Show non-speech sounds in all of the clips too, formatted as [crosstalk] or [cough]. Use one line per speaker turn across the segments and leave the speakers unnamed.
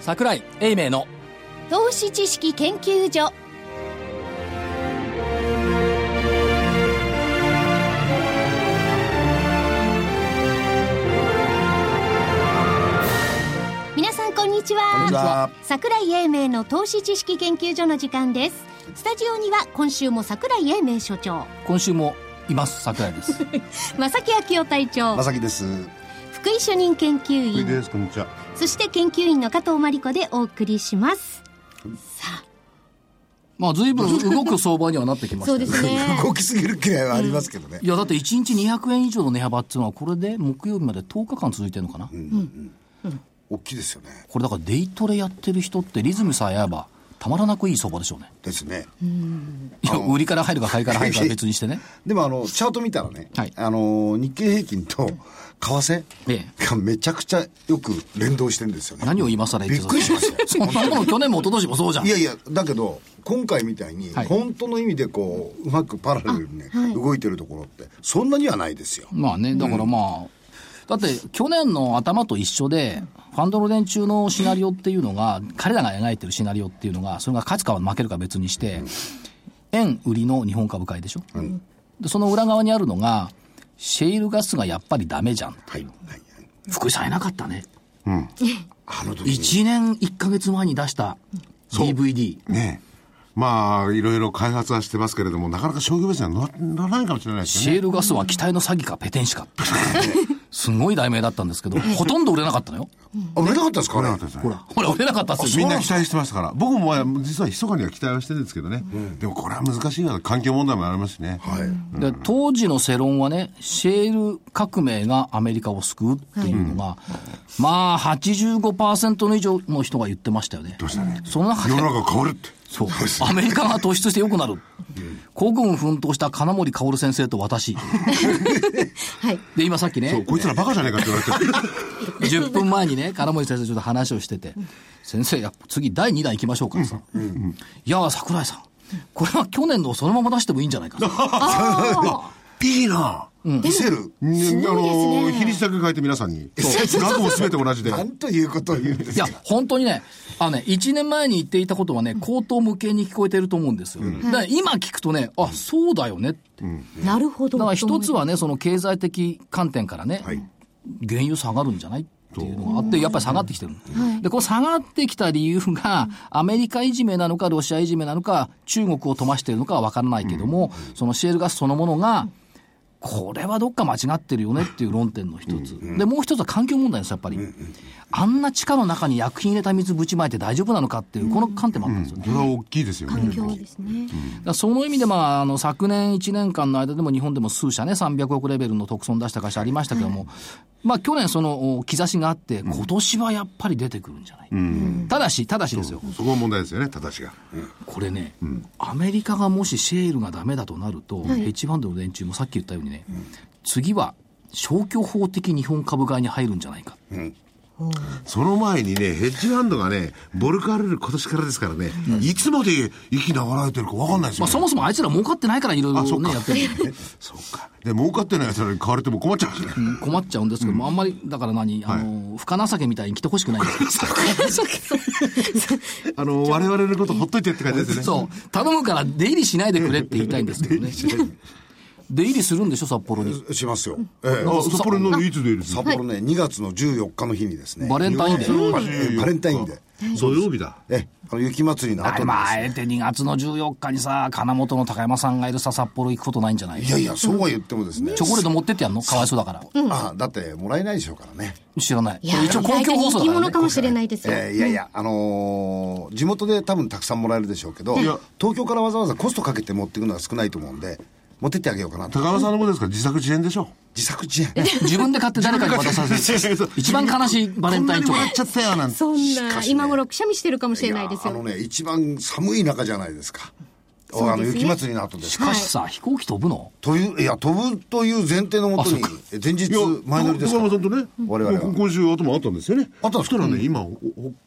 桜井英明の
投資知識研究所皆さんこんにちは
こんにちは
桜井英明の投資知識研究所の時間ですスタジオには今週も桜井英明所長
今週もいます桜井です
[laughs]
正木昭夫隊長
まさきです。
福井主任研究
福井
員
です、こんにちは。
そして研究員の加藤真理子でお送りします。
まあ随分動く相場にはなってきました
そう
ね
ですね。
動きすぎる気配はありますけどね。
いやだって1日200円以上の値幅っていうのはこれで木曜日まで10日間続いてるのかな、
大きいですよね。
これだからデイトレやってる人ってリズムさえ合えばたまらなくいい相場でしょうね
ですね。
いや売りから入るか買いから入るかは別にしてね
でもあの、チャート見たらね、
はい
あの、日経平均と為替
え
がめちゃくちゃよく連動してるんですよね。
何を今更言って
[laughs] びっくりしますよ
そ
[laughs]
んなもの去年も一昨年もそうじゃん
いやいや、だけど、今回みたいに、
はい
本当の意味でこう、うまくパラレルにね、動いてるところって、そんなにはないですよ。
まあね、だからまあ、だって去年の頭と一緒で、ファンドの連中のシナリオっていうのが、彼らが描いてるシナリオっていうのが、それが勝つか負けるか別にして、円売りの日本株買いでしょ、でその裏側にあるのが、シェールガスがやっぱりダメじゃん。
はい。はいはい
福井さんいなかったね。
あの時に
1年1ヶ月前に出した
う
DVD。
ねえまあ、いろいろ開発はしてますけれども、なかなか商業ベースにはなならないかもしれないです
シ
よ
ェ
ね。
ールガスは機体の詐欺かペテン [laughs] 師か。すごい題名だったんですけど、ほとんど売れなかったのよ。
あ、売れなかったですか
売れ
ね
なかったですね
ほら、売れなかったっすよ。
みんな期待してましたから。僕もまあ実は密かには期待はしてるんですけどね。でもこれは難しいよ。環境問題もありますしね。
はい。
で当時の世論はね、シェール革命がアメリカを救うっていうのが、まあ85%の以上の人が言ってましたよね。
どうしたね。
その中
世
で、
の中変わるって。
そう、アメリカが突出して良くなる。国軍奮闘した金森薫先生と私。
はい。
で、今さっき
そう、
ね、
こいつらバカじゃねえかって言われてる。
10分前にね、金森先生とちょっと話をしてて、先生、やっぱ次第2弾行きましょうかさ。いやー、桜井さん、これは去年のをそのまま出してもいいんじゃないか。
[laughs]
いいな
見せる。
ねあ
ね
の、比率だけ変えて皆さんに。額も全て同じで。
なんということを言うんです
いや
か。、
本当にね、あのね、1年前に言っていたことはね、口頭無形に聞こえてると思うんですよ。だから今聞くとね、あ、そうだよねって。
なるほど。
だから一つはね、その経済的観点からね、原油下がるんじゃないっていうのがあって、やっぱり下がってきてる。で、この下がってきた理由が、アメリカいじめなのか、ロシアいじめなのか、中国を飛ばしてるのかは分からないけども、そのシェールガスそのものが、これはどっか間違ってるよねっていう論点の一つ。で、もう一つは環境問題です、やっぱり。あんな地下の中に薬品入れた水ぶちまいて大丈夫なのかっていう、この観点もあったんですよね。
それは大きいですよね。
今日です
だ
ね。
からその意味で、まあ、あの昨年1年間の間でも日本でも数社ね、300億レベルの特損出した会社ありましたけども、まあ、去年、そのお兆しがあって、今年はやっぱり出てくるんじゃない、ただし、ただしですよ、
そこが問題ですよね、正しが。
これね、アメリカがもしシェールがダメだとなると、ヘッジファンドの連中もさっき言ったようにね、次は消去法的日本株買いに入るんじゃないか、
その前にね、ヘッジファンドがね、ボルカーレール今年からですからね、いつまで息流られてるか分かんないです
ま
よ、
あ、そもそもあいつら儲かってないから、いろいろ
あそっか
ね、やってるんだよね [laughs]
そうか。で、儲かってない奴らに買われても困っちゃうしね。
困っちゃうんですけども、あんまり、だから何、あの、不可情けみたいに来てほしくないんですよ
あの、我々のことほっといてって感じですね。
そう。頼むから出入りしないでくれって言いたいんですけどね。出入りするんでしょ、札幌に。
しますよ。ええ。
あ、札幌のいつ出る
札幌ね、2月の14日の日にですね。
バレンタインデー。
ババレンタインで。
土曜日だ。
え、あの、雪まつりの
あ
後
れ、
に
まあ、
です
あえて2月の14日にさ、金本の高山さんがいるさ、札幌行くことないんじゃない
いやいや、そうは言ってもですね。
チョコレート持ってってやんのかわいそうだから。
あ、だって、もらえないでしょうからね。
知らない。
いや、
一応公共放送
意外と人気
だから
者
ね
か。もしれないですよ。
えーいやいや、あのー地元で多分たくさんもらえるでしょうけど、
や
東京からわざわざコストかけて持っていくのは少ないと思うんで、持ってってあげようかなと。
高山さんのことですから自作自演でしょ。
自作自演。
自分で買って誰かに渡させる。一番悲しいバレンタインチョ
こ
コ
んなにもらっちゃったよなんて。
そんな、
しね
今頃くしゃみしてるかもしれないです
あの
よ。
ね、一番寒い中じゃないですか。おあの、
そうですね
雪まつりの後です
し。かしさ、飛行機飛ぶの
という、いや、飛ぶという前提のもとに、え前日、前乗りですか
高
ら
山さんとね、
我々は
今今週頭あったんですよね。
あったんですか
そしたらね、今、お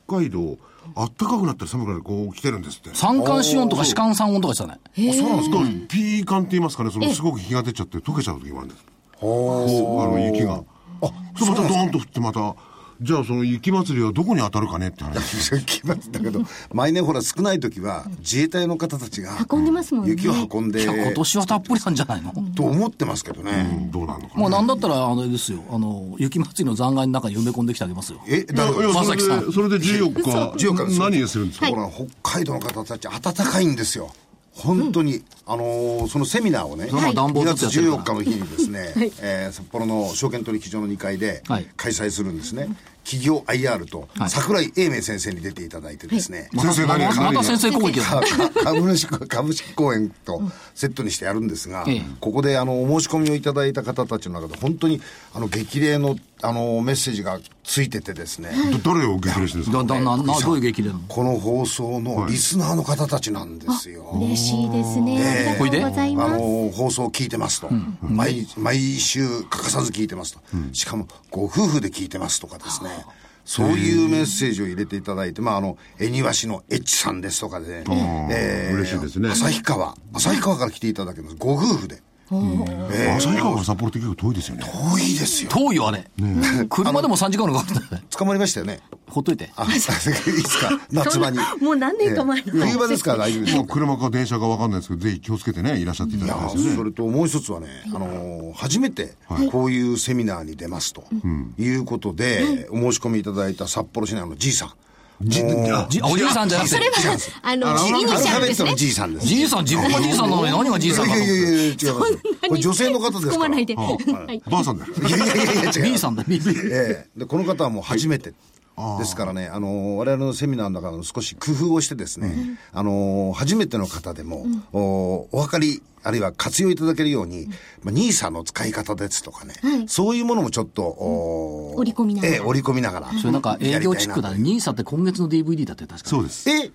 北海道、暖かくなったり寒くなったりこう来てるんですって。
三寒四温とか四寒三温とかしたね。
あそうなんですか、ピーカンって言いますかねそのすごく日が出ちゃって溶けちゃう時もあるんですこうあの雪があそれまたドーンと降ってまたじゃあその雪祭りはどこに当たるかねって
[laughs]
話。
雪祭りだけど、毎年ほら少ない時は自衛隊の方たちが
運んでますもんね
雪を運んで
いや、今年はたっぷりなんじゃないの、
と思ってますけど
う
ね。
んどうなるのか
もう
な。
なんだったら、あれですよ、あの、雪祭りの残骸の中に埋め込んできてあげますよ。
え、だから
いや
まさきさん
それでそれで14日
14日です
何をするんですか。
ほら、北海道の方たち暖かいんですよ。本当に、あのーそのセミナーをね、
はい暖房
2
ず
月
つやってる
14
か
日の日にです
[laughs]
ね、えー札幌の証券取引所の2階で
はい
開催するんですね。企業 IR と
はい
桜井英明先生に出ていただいてですね、
また
先生何
ま
か
たまた先生攻撃だ。
[laughs] かか株式株式公演とセットにしてやるんですが、
ええ
ここであのお申し込みをいただいた方たちの中で本当にあの激励のあのメッセージがついててですね、
ど誰を受け取りしてるんですか
だ、だ、な、な、どういう激励なの
この放送のリスナーの方たちなんですよ。
嬉しいですね。あ
ええ
りがとうござい
あ
ます。
の放送を聞いてますと、毎日毎週欠かさず聞いてますと、しかもご夫婦で聞いてますとかですねそういうメッセージを入れていただいて、まあ、あの、恵庭市のエッチさんですとかで、ね、え
嬉しいですね
旭川、旭川から来ていただけます。ご夫婦で。ええ
旭川から札幌って結構遠いですよね。
多いですよ。
遠いよ、あれ。車でも3時間のかかるんだよ。
捕まりましたよね。
[laughs] ほっといて。
あ、
[laughs]
[laughs] いつか、夏場に。
そんなもう何年か前の
ええ冬場ですから大丈夫です
も
よ
う。車か電車か分かんないですけど、ぜひ気をつけてね、いらっしゃっていた
い
だ
や
きたいですよね。
それともう一つはね、あのー初めてこういうセミナーに出ますと、い、うことで、お申し込みいただいた札幌市内のじいさん。
じ
もう
あ
じ、おじいさんじゃなくて
そ。れは、あの、
じ
イニ
アル
シャ
ファ
ル
ベ
で
ッ
す
トの
ね。
じいさんです。
じいさん、自分が [laughs] じいさんなのに何がじいさん
い
な
や
の
いやいやいや、違います。これ女性の方です
突っ込
か
ま
ら。
ないいで。はい
ばあさんだよ。
やいやいやいや、違います
B さんだ、B [laughs] さん。
ええでこの方はもう初めて。ですからね、あのー我々のセミナーの中の少し工夫をしてですね、あのー初めての方でも、おお分かり、あるいは活用いただけるように、まあ、ニーサの使い方ですとかね、そういうものもちょっと、お
織り込みながら
ええ織り込みながら。
それなんか営業チックだ
や
ね。
り
ニーサって今月の DVD だって確か
そうです。
たいな。え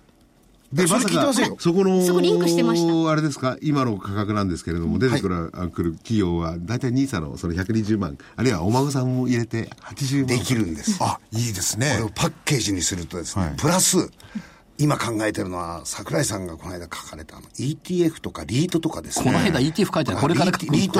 で、
それ聞いてませんよ
そこの、
そこリンクしてました
あれですか、今の価格なんですけれども、出てくる,、あくる企業は、大体ニーサのその120万、あるいはお孫さんも入れて80万。
できるんです。
あ、いいです
こ
ね
れをパッケージにするとですね、
はい
プラス、今考えてるのは、桜井さんがこの間書かれたあの ETF とかリートとかです
こ
ね。
の間 ETF 書いてないこれから書く
リーリー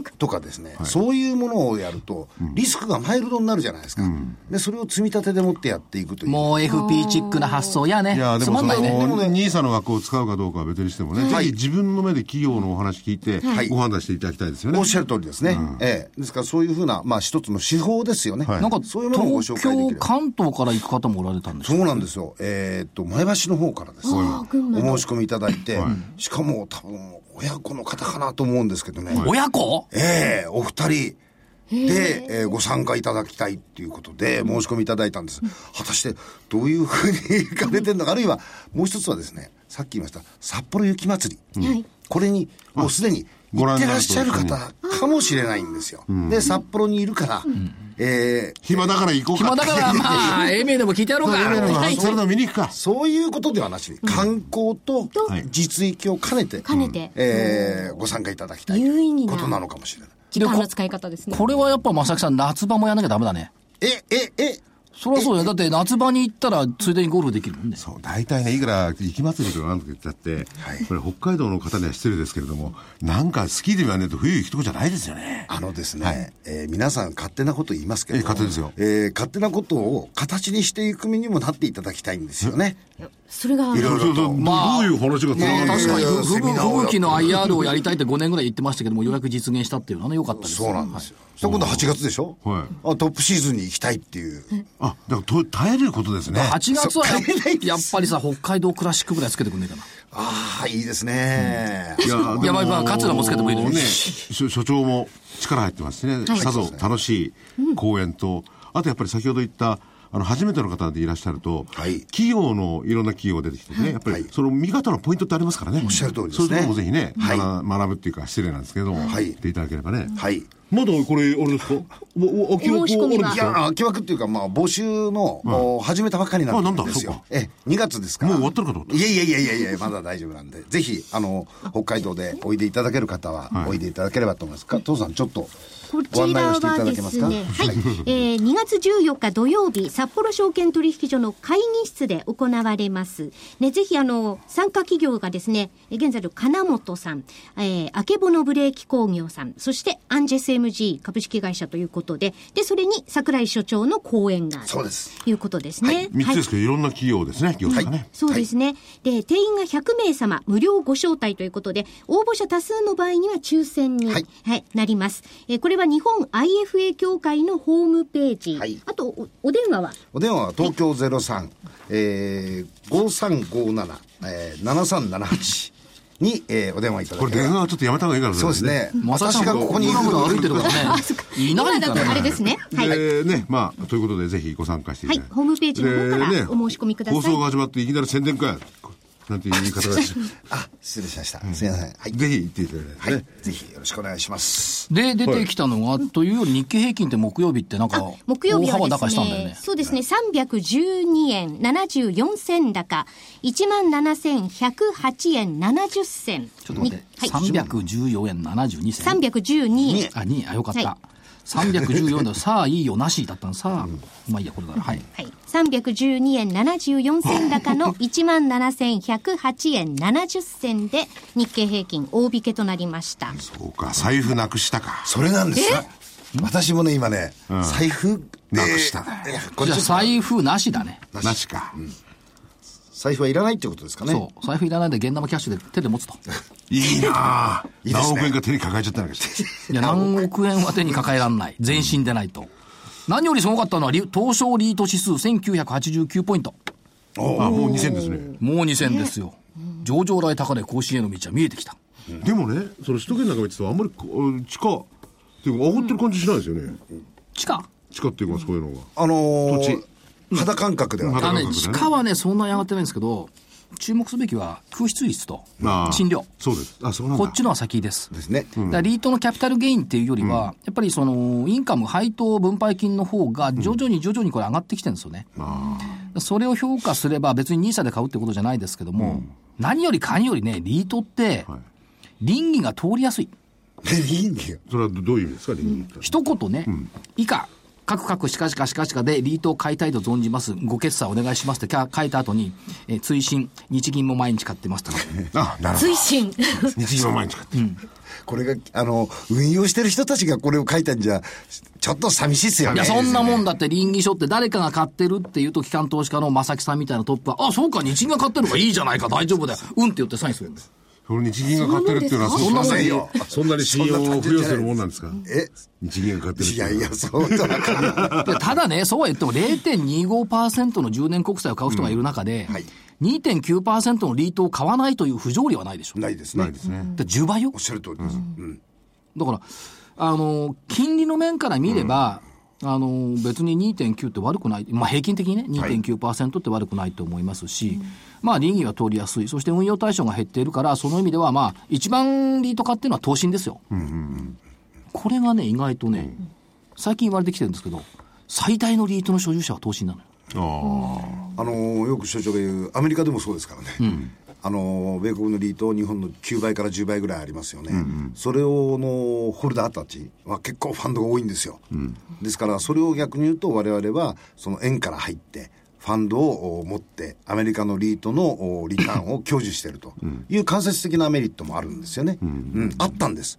トとかですね、そういうものをやると、リスクがマイルドになるじゃないですか。で、それを積み立てでもってやっていくという。
もう FP チックな発想やね
いや、。で
つ
も
ま
そ
んないね。
の、ニーサの枠を使うかどうかは別にしてもね、
はい
ぜひ自分の目で企業のお話聞いて、
はい
ご判断していただきたいですよね。
おっしゃる通りですね。ええ。ですからそういうふうな、まあ一つの手法ですよね。
はい
なんか、
そういうものをご紹
東
介でき
京、
る。
関東から行く方もおられたんでし
そ
ょ
うなんですよ。えーっと、前橋の方からですね。お申し込みいただいて、しかも多分、親子の方かなと思うんですけどね。
親子
ええお二人で、えーご参加いただきたいっていうことで申し込みいただいたんです。果たしてどういうふうに行かれてるのか、あるいはもう一つはですね、さっき言いました札幌雪まつり、
はい
これにもうすでに
ご
行
覧
っ
に
て
な
らっ
る
しゃる方かもしれないんですよ。で、札幌にいるから、えー
暇だから行こうか。
暇だから、 [laughs] まあ、英明でも聞いてやろうか。
は、
はいい
それでも見に行くか。
そういうことではなしに、観光と
はい
実益を兼ねて、
兼ねて
えーご参加いただきたいと
有意
い
義
う
な
ことなのかもしれない。
時間の使い方ですね。
これはやっぱ、正木さん、夏場もやんなきゃダメだね。
え、え、え、
そりゃそうだよ。だって、夏場に行ったら、ついでにゴルフできるもんね。
そう、大体ね、いくら雪祭りとかなんとか言っちゃって、
はい
これ北海道の方には失礼ですけれども、なんかスキーで言わねえと冬行くとこじゃないですよね。
あのですね、えー皆さん勝手なこと言いますけど、
ええ勝手ですよ
えー勝手なことを形にしていく身にもなっていただきたいんですよね。
それが、
いろいろ
そうそ
と。
う
まあ
どういう話がつなが
ま
る
あ
の
確かに、
いやい
ふ
や
吹
セミナーをやっ
雪の IR をやりたいって5年ぐらい言ってましたけども、ようやく実現したっていうのはね、良かったです。
そうなんですよ。そ今度8月でしょ、
はい
あトップシーズンに行きたいっていう。
あ、だからと耐えることですね。
8月はやっ
そう買えないです
やっぱりさ、北海道クラシックぐらいつけてくんねえかな。
ああ、いいですね。
いや、でも
いやまあまあ桂もつけてもいいですよ
ね。所所長も力入ってますしね。
はい
さぞ楽しい公演と、あとやっぱり先ほど言った、あの、初めての方でいらっしゃると、
はい
企業のいろんな企業が出てきてね、やっぱりその見方のポイントってありますからね。おっ
しゃる通りですね
そういうところもぜひね、
はい
学学ぶっていうか失礼なんですけれども、
はい
言っていただければね。
はい。い
まだこれ、あれですかお、お、お、お、
お申し込みが
あるんです
や
か
ー、空き枠っていうか、まあ、募集の、お始めたばっかりな
あなん
ん
だ
です
そう
よ
か。
え、2月ですから。
もう終わってるかと思った
いやいやいやいやいや、まだ大丈夫
[laughs]
なんで。ぜひ、あの、北海道でおいでいただける方は、おいでいただければと思います。か父さん、ちょっと、
こち
ご案内
ら
をしていた
は
だ
で
けますすか
ね、はい、えー2月14日土曜日、札幌証券取引所の会議室で行われます。ね、ぜひ、あの、参加企業がですね、え現在の金本さん、えー、あけぼのブレーキ工業さん、そしてアンジェセ SMG 株式会社ということで、で、それに桜井所長の講演がある
そうです
ということですね。
三つですけど、い、ろんな企業ですね、業界がね。
そうですね。で、定員が100名様、無料ご招待ということで、応募者多数の場合には抽選に、は
はいい、
なります。えーこれは日本 IFA 協会のホームページ。
はい
あとお、お電話は
お電話は東京03、えー、5357、えー、7378に、えー、お電話いただ
こ
け
れ
れば
電話はちょっとやめた方がいいから
そうです。ね。
まさ
私
しが
がこ
こ
こ
こ
に
に
い
い
る
る
のは
歩いてるからね。
[laughs]
いない
今
か
だとあ
ら
れですね。はい。
でね、まあ、ということで、ぜひご参加していただいて。
はいホームページの方から
で
お申し込みください
放送が始まっていきなり宣伝会なんていう言い方が
[laughs]
し
[laughs] あ、失礼しました。すいません。はい。
ぜひ行っていただいて。
はい。ぜひよろしくお願いします。
で、出てきたのが、というより日経平均って木曜日ってなんか、
木曜
大
日は
幅
で
高し
す
たんだ
ね
よね。
そうですね、312円74銭高、17,108円70銭。
ちょっと待って、
はい、
314円72銭。
312円。
あ、2円、あ、よかった。
はい
314円だ、さあいいよ、なしだったの、さあ、まあいいや、これなら、はい。
はい、312円74銭高の17,108円70銭で日経平均大引けとなりました。
そうか、財布なくしたか。
それなんですよ。私もね、今ね、財布で
なくした
いやこ
じ
れ
ゃ
ち
あ
ょっと
財布なしだね。
なしか。
財布はいらないってことですかね。
そう。財布いらないで、現玉キャッシュで手で持つと。
[laughs] いいなあ
いですね
何億円か手に抱えちゃったんだけど。
いや、何億円は手に抱えらんない。全身でないと。何よりすごかったのは、リ東証リート指数1989ポイント。
あ、もう2000ですね。
もう2000ですよ。上場来高値更新への道は見えてきた。
でもね、その首都圏なんか見てたらあんまりこう、地下、っていうか、上がってる感じしないですよね。
地下
地下っていうか、そういうのが。
あの
土
ー
地、
肌感覚では。
あの
なるほど
ね、
ね
地下はね、そんなに上がってないんですけど、注目すべきは空室率と
ああ
賃料。
そうです。あ、そうなんだ。
こっちのは先です。
ですね。
だからリートのキャピタルゲインっていうよりは、やっぱりその、インカム配当分配金の方が徐々に徐々にこれ上がってきてるんですよね。それを評価すれば別に NISA で買うってことじゃないですけども、何よりかによりね、リートって、倫理が通りやすい。
[laughs] いいんだよ。
それはどどういう意味ですか、リンゴって
一言ね、以下、カクカクしかしかしかしかでリートを買いたいと存じます。ご決済お願いしますって書いた後に、えー追伸、日銀も毎日買ってますとか。
あ、なるほ
推進。
ど。日常毎日買って。
これが、あの、運用してる人たちがこれを書いたんじゃ、ちょっと寂しいっすよ
い
ね。
や、そんなもんだって、倫理書って誰かが買ってるって言うと、機関投資家の正木さんみたいなトップは、あ、そうか、日銀が買ってるからいいじゃないか、大丈夫だよ。うんって言ってサインするんです。
その日銀が買ってるっていうのは、
そんなもん
そ
です
ん
か
なそんなに信用を付与するもんなんですか
え
日銀が買ってるって
いや
う
い
のは
や、そうとは限らない
いやただね、そうは言っても0.25%の10年国債を買う人がいる中で、
はい
2.9%のリートを買わないという不条理はないでしょ。
ないですね。
で10倍よ
おっ。しゃる通りです。うん。
だから、あの、金利の面から見れば、あの、別に2.9って悪くない。まあ平均的にね、2.9%って悪くないと思いますし、まあ利益は通りやすい。そして運用対象が減っているから、その意味ではまあ、一番リート化っていうのは投信ですよ。これがね、意外とね、最近言われてきてるんですけど、最大のリートの所有者は投信なのよ。
あのーよく所長が言う、アメリカでもそうですからね、あのー米国のリート、日本の9倍から10倍ぐらいありますよね、それをのホルダーたちは結構ファンドが多いんですよ、ですからそれを逆に言うと、我々はその円から入って、ファンドをお持って、アメリカのリートのおリターンを享受しているという間接的なメリットもあるんですよね、うんあったんです、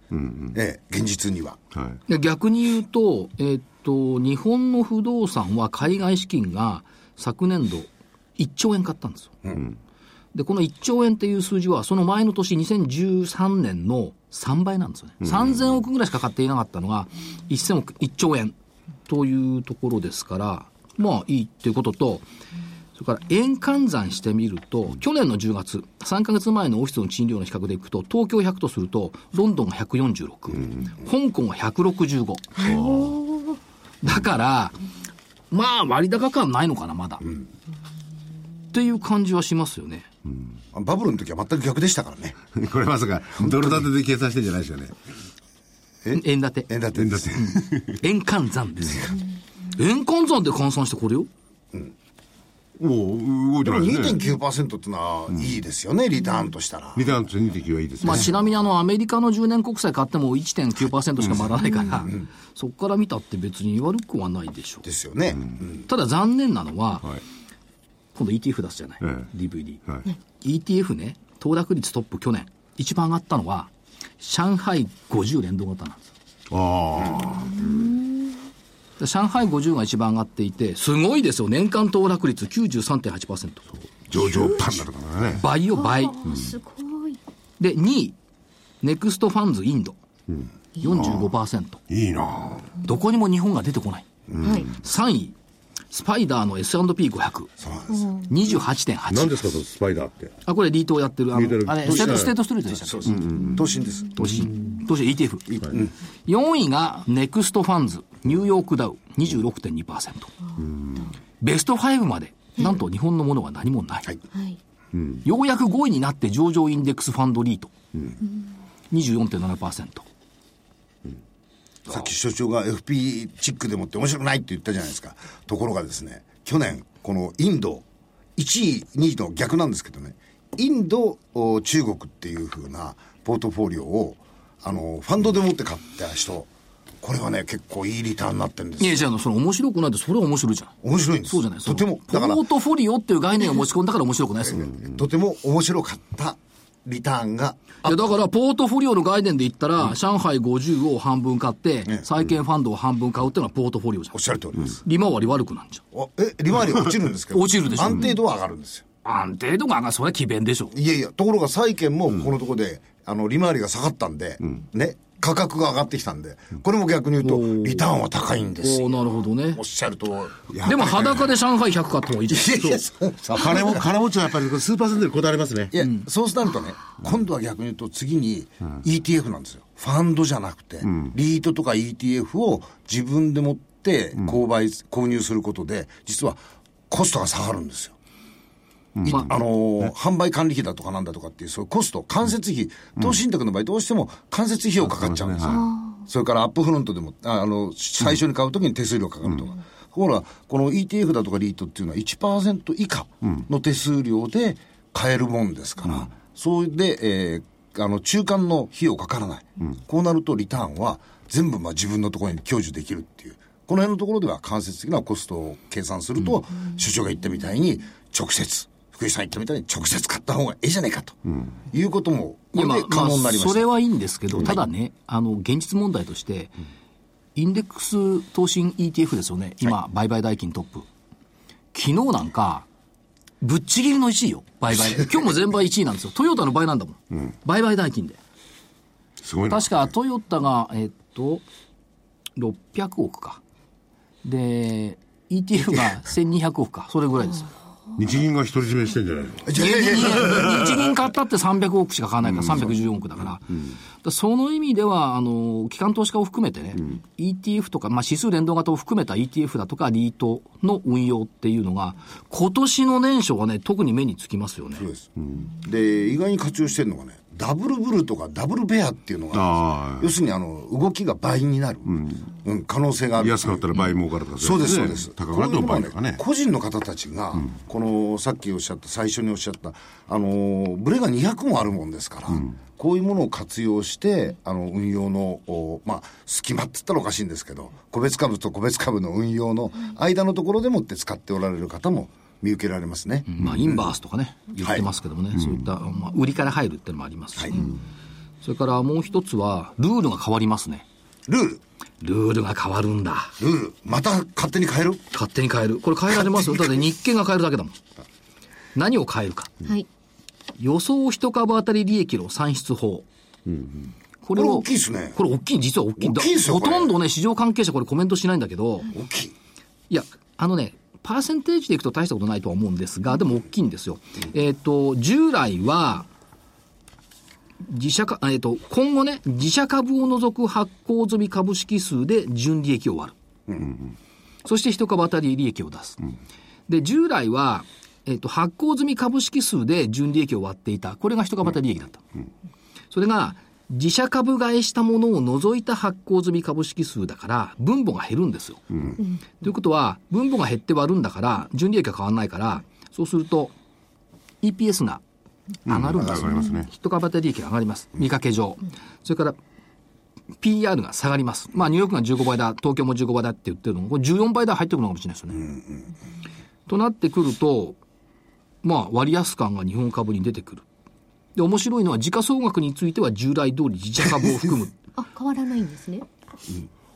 ええ、現実には。
はい。
で逆に言うと、えーっと、日本の不動産は海外資金が昨年度1兆円買ったんですよ。で、この1兆円っていう数字は、その前の年2013年の3倍なんですよね。3000億ぐらいしか買っていなかったのが、1000億、1兆円というところですから、まあいいっていうことと、それから円換算してみると、去年の10月、3ヶ月前のオフィスの賃料の比較でいくと、東京100とすると、ロンドンが146、香港が165。だから、まあ割高感ないのかな、まだ。っていう感じはしますよね。
バブルの時は全く逆でしたからね。
これまさか、ドル建てで計算してんじゃないですよね。
円建て。
円建てです
円換算ですよ。円換算で換算してこれよ。
もう、動い
で
てな
も
いですね。
2.9%ってのはいいですよね、リターンとしたら。
リターンと2.9はいいですね
まあ、。ちなみにあのアメリカの10年国債買っても1.9%しか回らないから、そこから見たって別に悪くはないでしょ
ですよね。うん
う。ただ残念なのは、
はい。
今度 ETF 出すじゃない、
え
DVD、
はい。
ETF ね騰落率トップ去年一番上がったのは上海50連動型なんですよ
ああ、
で上海50が一番上がっていて、すごいですよ。年間騰落率93.8%。
上場パンダとかね。
倍よ、倍。
[laughs] すごい。
で、2位、ネクストファンズインド。45%。
いいな
どこにも日本が出てこない。
はい。
3位、スパイダーの S&P500。
何
28.8。
ですかそのスパイダーって
あ、これリートをやってる。あ
リートやる
の、あれ、ステートステートストリートでしたっけ
そうです。投信です。
投資、投資 ETF。うん4位がネクストファンズ、ニューヨークダウ26.2%。ベスト5まで、なんと日本のものが何もない。
はい。
ようやく5位になって上場インデックスファンドリート。24.7%。
さっき所長が FP チックでもって面白くないって言ったじゃないですか。ところがですね、去年、このインド、1位、2位の逆なんですけどね、インド、お中国っていう風なポートフォリオを、あの、ファンドで持って買った人、これはね、結構いいリターンになってるんです
いや、
よ。
じゃあ、その面白くないって、それは面白いじゃない。
面白いんです。
そうじゃないそ
と
の
ても、
ポ
だから、
ートフォリオっていう概念を持ち込んだから面白くないですよ。い
とても面白かったリターンが、
や、だから、ポートフォリオの概念で言ったら、上海50を半分買って、債券ファンドを半分買うっていうのはポートフォリオじゃん
おっ。しゃる通りです。
利回り悪くなんじゃん。
おえ、利回りは落ちるんですけ
[laughs]
ど。
落ちるでしょ
安定度は上がるんですよ。
安定度が上がる、それは奇弁でしょ。
いやいや、ところが債券もここのところで、あの、利回りが下がったんで、ね、価格が上がってきたんで、これも逆に言うと、リターンは高いんです
お
よ。
おなるほどね
おっ。しゃると、いや
でも、裸で上海100買った方がいいです
いや、そう
あ。金も、金持ちはやっぱり数パーセントにこだわりますね
い。や、そうなるとね、今度は逆に言うと、次に ETF なんですよ。ファンドじゃなくて、リートとか ETF を自分で持って購買、購入することで、実はコストが下がるんですよ。い
まあ
あのー販売管理費だとかなんだとかっていう、そういうコスト、間接費、投資信託の場合、どうしても間接費用かかっちゃうんですよ。それからアップフロントでも、ああの、最初に買うときに手数料かかるとか。ほら、この ETF だとかリートっていうのは1%以下の手数料で買えるもんですから、それで、えーあの、中間の費用かからない。こうなるとリターンは全部まあ自分のところに享受できるっていう。この辺のところでは間接的なコストを計算すると、所長が言ったみたいに、直接、福井さん言ったみたいに直接買った方がいいじゃないかと、いうことも、これ
まあ
で可能になりました。
それはいいんですけど、ただね、あの、現実問題として、インデックス投信 ETF ですよね。今、売買代金トップ。昨日なんか、ぶっちぎりの1位よ、売
[laughs]
買。今日も全売1位なんですよ。トヨタの倍なんだもん。売買代金で。
すごいな。
確かトヨタが、えっと、600億か。で、ETF
[laughs]
が1200億か。それぐらいですよ。
日銀が独り占めしてんじゃないの
いやいやいや
日銀買ったって300億しか買わないから、314億だから、だその意味では、あの、機関投資家を含めてね、ETF とか、まあ、指数連動型を含めた ETF だとか、リートの運用っていうのが、今年の年初はね、特に目につきますよね。
そうです、で意外に活用してるのがねダブルブルーとかダブルベアっていうのがあるんですよ要するにあの動きが倍になる、うん可能性がある
安くなったら倍儲かるとか
そうです、そう
い
で
のね
す。
高くなったら倍とかね
こ。ういうのは個人の方たちが、この、さっきおっしゃった、最初におっしゃった、あのー、ブレが200もあるもんですから、こういうものを活用して、あの、運用の、おまあ、隙間って言ったらおかしいんですけど、個別株と個別株の運用の間のところでもって使っておられる方も見受けられますね。
まあ、インバースとかね、言ってますけどもね、そういった、まあ、売りから入るってのもありますし、ねそれからもう一つは、ルールが変わりますね。
ルール、
ルールが変わるんだ。
ルール、また勝手に変える
勝手に変える。これ変えられますよ。だって日経が変えるだけだもん。何を変えるか。
はい。
予想一株当たり利益の算出法。こ
これ大きいですね。
これ大きい、実は大きいんだ。
大きいですよ
ほ
これ
とんどね、市場関係者これコメントしないんだけど、
大きい。
いや、あのね、パーセンテージでいくと大したことないとは思うんですが、でも大きいんですよ。えっ、と、従来は、自社か、えっ、と、今後ね、自社株を除く発行済み株式数で純利益を割る。そして一株当たり利益を出す。で、従来は、えっ、と、発行済み株式数で純利益を割っていた。これが一株当たり利益だった。それが、自社株買いしたものを除いた発行済み株式数だから、分母が減るんですよ。ということは、分母が減って割るんだから、純利益が変わらないから、そうすると、EPS が上がるんですよ。
上がりますね
一株当たり利益が上がります。見かけ上。それから、PR が下がります。まあ、ニューヨークが15倍だ、東京も15倍だって言ってるのも、これ14倍台入ってくるのかもしれないですよね。となってくると、まあ、割安感が日本株に出てくる。で、面白いのは、時価総額については従来通り自社株を含む。
[laughs]
あ、変わらないんですね。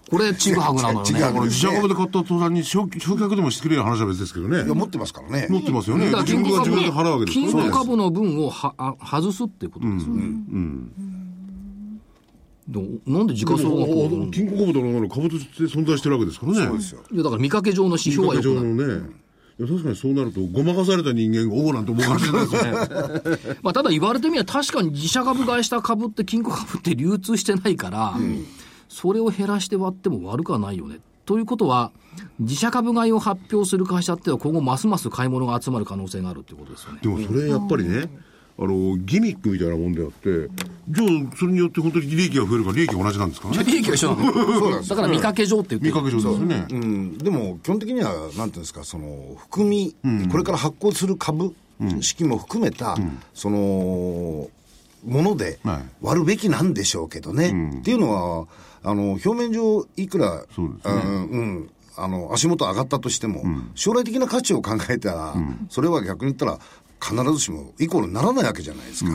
これ、ちぐはぐなのよ
違う違う違
ね
う。
この自社株で買った投産に償償却でもしてくれる話は別ですけどね。
持ってますからね。
持ってますよね。
だから
自分が自分で払うわけです
金
から
庫
ね。
株の分をはあ外すっていうことですよね。でもなんで時価総額を
そう金庫株となる株として存在してるわけですからね。そうですよ。
いやだから見かけ上の指標はよく
上
ない。
のね。いや確かにそうなると、ごまかされた人間が、おおなんて思われてないですよね。
まあ、ただ言われてみれば確かに自社株買いした株って金庫株って流通してないから、それを減らして割っても悪くはないよね。ということは、自社株買いを発表する会社っていうのは今後ますます買い物が集まる可能性があるっていうことですよね。
[laughs] でもそれやっぱりね、あの、ギミックみたいなもんであって、じゃあそれによって本当に利益が増えるから利益が同じなん [laughs] ですからね。
利益は一緒なのだから見かけ上って言って
見
る
かけ上ですよね。
うん、でも基本的には、なんていうんですか、その含み、これから発行する株式も含めた、そのもので
は
割るべきなんでしょうけどね、っていうのは、あの表面上、いくら、
そうです
あうんあの足元上がったとしても、将来的な価値を考えたら、それは逆に言ったら、必ずしもイコールにならないわけじゃないですか。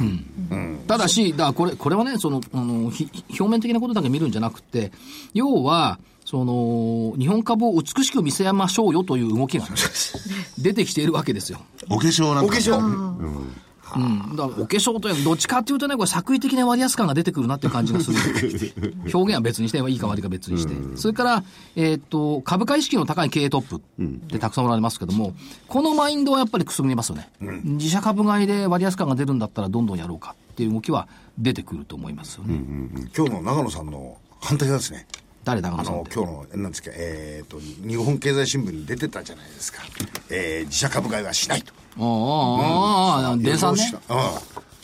ただし、だからこれ、これはね、その、あの、ひ表面的なことだけ見るんじゃなくて、要は、その、日本株を美しく見せましょうよという動
[laughs]
きがね、出てきているわけですよ。
お化粧なん
お
か。
化粧、
うん。だから、お化粧というのはどっちかっていうとね、これ、作為的な割安感が出てくるなっていう感じが
[laughs]
する。表現は別にして、いいか悪いか別にして。それから、えーっと、株価意識の高い経営トップってたくさんおられますけども、このマインドはやっぱりくすぐりますよね。自社株買いで割安感が出るんだったら、どんどんやろうかっていう動きは出てくると思いますよね。
今日の長野さんの反対側ですね。
誰だか
あ
さんっ
の
て。
今日の、なんですか、えー、と日本経済新聞に出てたじゃないですか、えー自社株買いはしないと、
ああ、ああ、電産ね。
うん、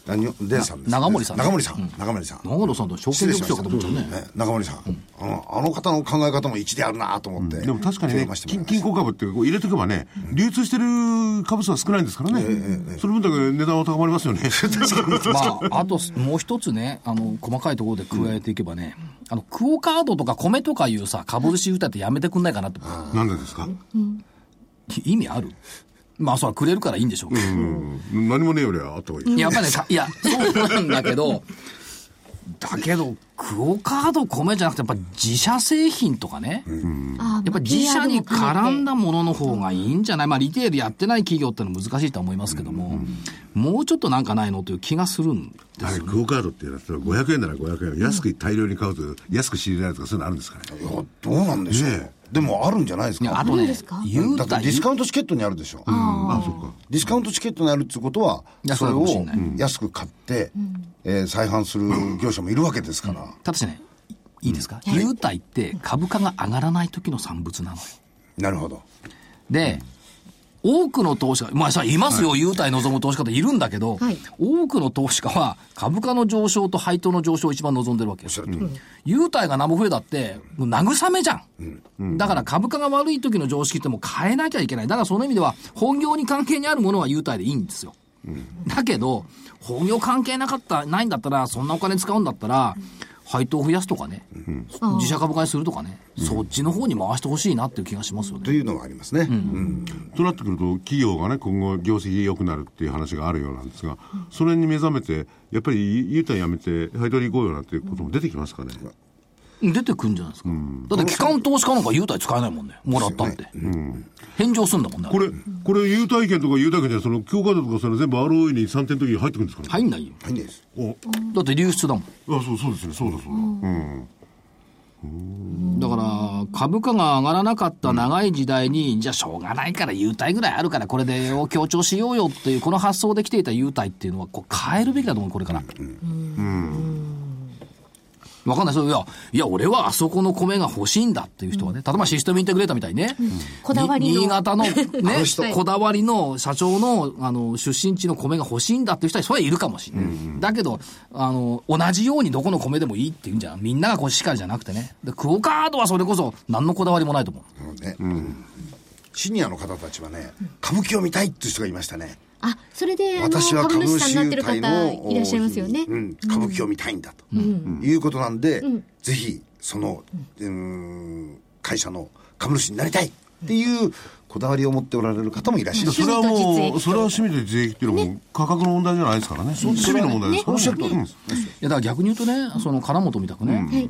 何をデンさんです
長森さん
長森さん、長森さん、
長野さんと証
失
券
礼
局長
しまし
か
た
と思っちゃうね。
ね長森さん、あのあの方の考え方も一理あるなと思って、
でも確かにね
手を、出してもらい
金
まし
金庫株ってこう入れとけばね、流通してる株数は少ないんですからね。その分だけ値段は高まります [laughs] よね。
まあ、あと、もう一つね、あの、細かいところで加えていけばね、あの、クオカードとか米とかいうさ、株主優待ってやめてくんないかなって思う
[laughs] なんでですか
意味あるまあ、それはくれるからいいんでしょうけど。
うん何もねえよりはあった方がいい。
やっぱりね、かいや、そうなんだけど、だけど、クオカード米じゃなくて、やっぱ自社製品とかね、や
あー
っぱ自社に絡ん
PR も
だものの方がいいんじゃない、まあ、リテールやってない企業ってのは難しいとは思いますけども、もうちょっとなんかないのという気がするん
あれ、クオカードってやつは500円なら500円、安く大量に買うと安く仕入れられるとかそういうのあるんですかね。
たいやどうなんでしょう、
ね
でもあるんじゃないです
いや
か
あと
どう
ね
ですか、
優
だって
待
ディ、スカウントチケットにあるでしょ、
あ、そっか。
ディスカウントチケットにあるってことは、
いや
それ
そう
を
かもしんない
安く買って、えー再販する業者もいるわけですから。
ただしね、いいですか、優待って株価が上がらない時の産物なのよ。
なるほど。
で、多くの投資家、まあさ、いますよ、優待望む投資家っているんだけど、
はい
多くの投資家は株価の上昇と配当の上昇を一番望んでるわけです。優待が何も増えだって、もう慰めじゃん,、だから株価が悪い時の常識ってもう変えなきゃいけない。だからその意味では、本業に関係にあるものは優待でいいんですよ。だけど、本業関係なかった、ないんだったら、そんなお金使うんだったら、配当を増やすとかね、自社株買いするとかね、そっちの方に回してほしいなっていう気がしますよね。
というのはありますね。うん
となってくると、企業がね、今後、業績良くなるっていう話があるようなんですが、それに目覚めて、やっぱり、優待やめて、配当に行こうよなんていうことも出てきますかね。
出てくんじゃないですか。だって機関投資家なんか優待使えないもんね。もらったって。返上すんだもんね。
これ、これ、優待券とか優待券じゃないその、強化度とか、それ全部 ROE に3点の時に入ってくるんですかね。
入んないよ。
はいいいです。
お
だって流出だもん。
あそうそうですね、そうだそうだ。うん。
だから、株価が上がらなかった長い時代に、じゃあしょうがないから優待ぐらいあるから、これでを強調しようよっていう、この発想で来ていた優待っていうのは、こう変えるべきだと思う、これから。わかんないですよ。いや、いや、俺はあそこの米が欲しいんだっていう人はね、例えばシステムインテグレーターみたいにね、
こだわりの
に新潟 [laughs] のね
人
こだわりの社長の、あの、出身地の米が欲しいんだっていう人は、それはいるかもしれない。だけど、あの、同じようにどこの米でもいいっていうんじゃん。みんながこうしかりじゃなくてね。で、クオカードはそれこそ、何のこだわりもないと思う。
なので、シニアの方たちはね、歌舞伎を見たいっていう人がいましたね。
あそれであの
私は
株主
株
さん
主
になって
優
る
待
方
の
いらっしゃいますよね、
うん、歌舞伎を見たいんだと、いうことなんで、ぜひその、うーん、会社の株主になりたいっていうこだわりを持っておられる方もいらっしゃる。
それは
趣味と実益と
もう、それは趣味で実益っていうのはもう価格の問題じゃないですからね。趣味の問題ですか
お
らね。
っしゃる通りです。
いやだから逆に言うとね、その金本みたくね、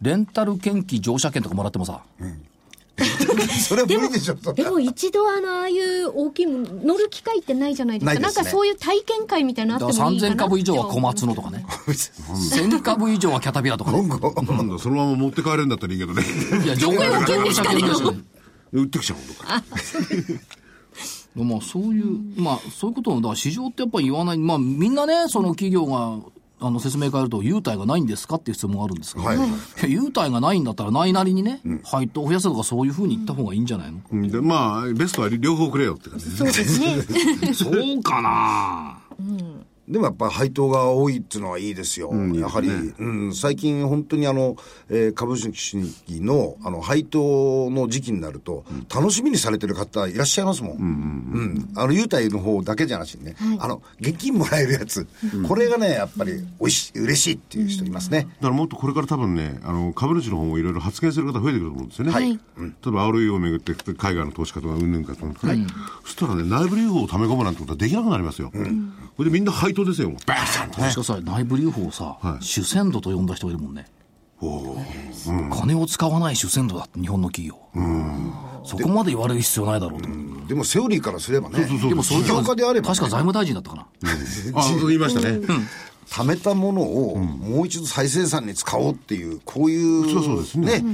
レンタル券機乗車券とかもらってもさ、
それは無理でしょ、 [laughs] そん
で
な
も一度あの、ああいう大きいの乗る機会ってないじゃないですか。
な
ない
ですね
んかそういう体験会みたいなのあ
だ
っ
か
て
ら
もいいかなって
3000株以上は小松野とかね、1000株以上はキャタピラとかね、
なんだそのまま持って帰れるんだったらいいけどね
いや、乗車券乗車券乗車券
売ってきちゃうのか
まあそういう、まあそういうことを、だから市場ってやっぱり言わない、まあみんなね、その企業が、あの説明会やると、優待がないんですかっていう質問があるんですけど、
はい
い
は
や
い
優待がないんだったら、ないなりにね、配当を増やすとか、そういうふうに言った方がいいんじゃないの、
うんでまあベストは両方くれよって感じ
そうですね。
そうかな
でもやっぱ配当が多いっていうのはいいですよ。やはり、うん、最近本当にあの、えー株主のあの配当の時期になると、楽しみにされてる方いらっしゃいますもん。うんあの、優待の方だけじゃなしにね、あの、現金もらえるやつ、これがね、やっぱりおいしい、嬉しいっていう人いますね。
だからもっとこれから多分ね、あの株主の方もいろいろ発言する方増えてくると思うんですよね。
はい
うん例えば ROE をめぐって海外の投資家とかうんぬんかとか、そしたらね、内部留保を溜め込むなんてことはできなくなりますよ。これでみんな配当ですよ、もうバーンとね。
確かさ、内部留保をさ、
はい
主戦度と呼んだ人がいるもんね、
おー
金を使わない主戦度だって、日本の企業、そこまで言われる必要ないだろうと思う
でもセオリーからすればね、
そうそう
でもそういう
起業家であればね
確か財務大臣だった
[laughs]
かな、
あ、そう言いましたね。
貯めたものをもう一度再生産に使おうっていう、こういう、
そうそうですね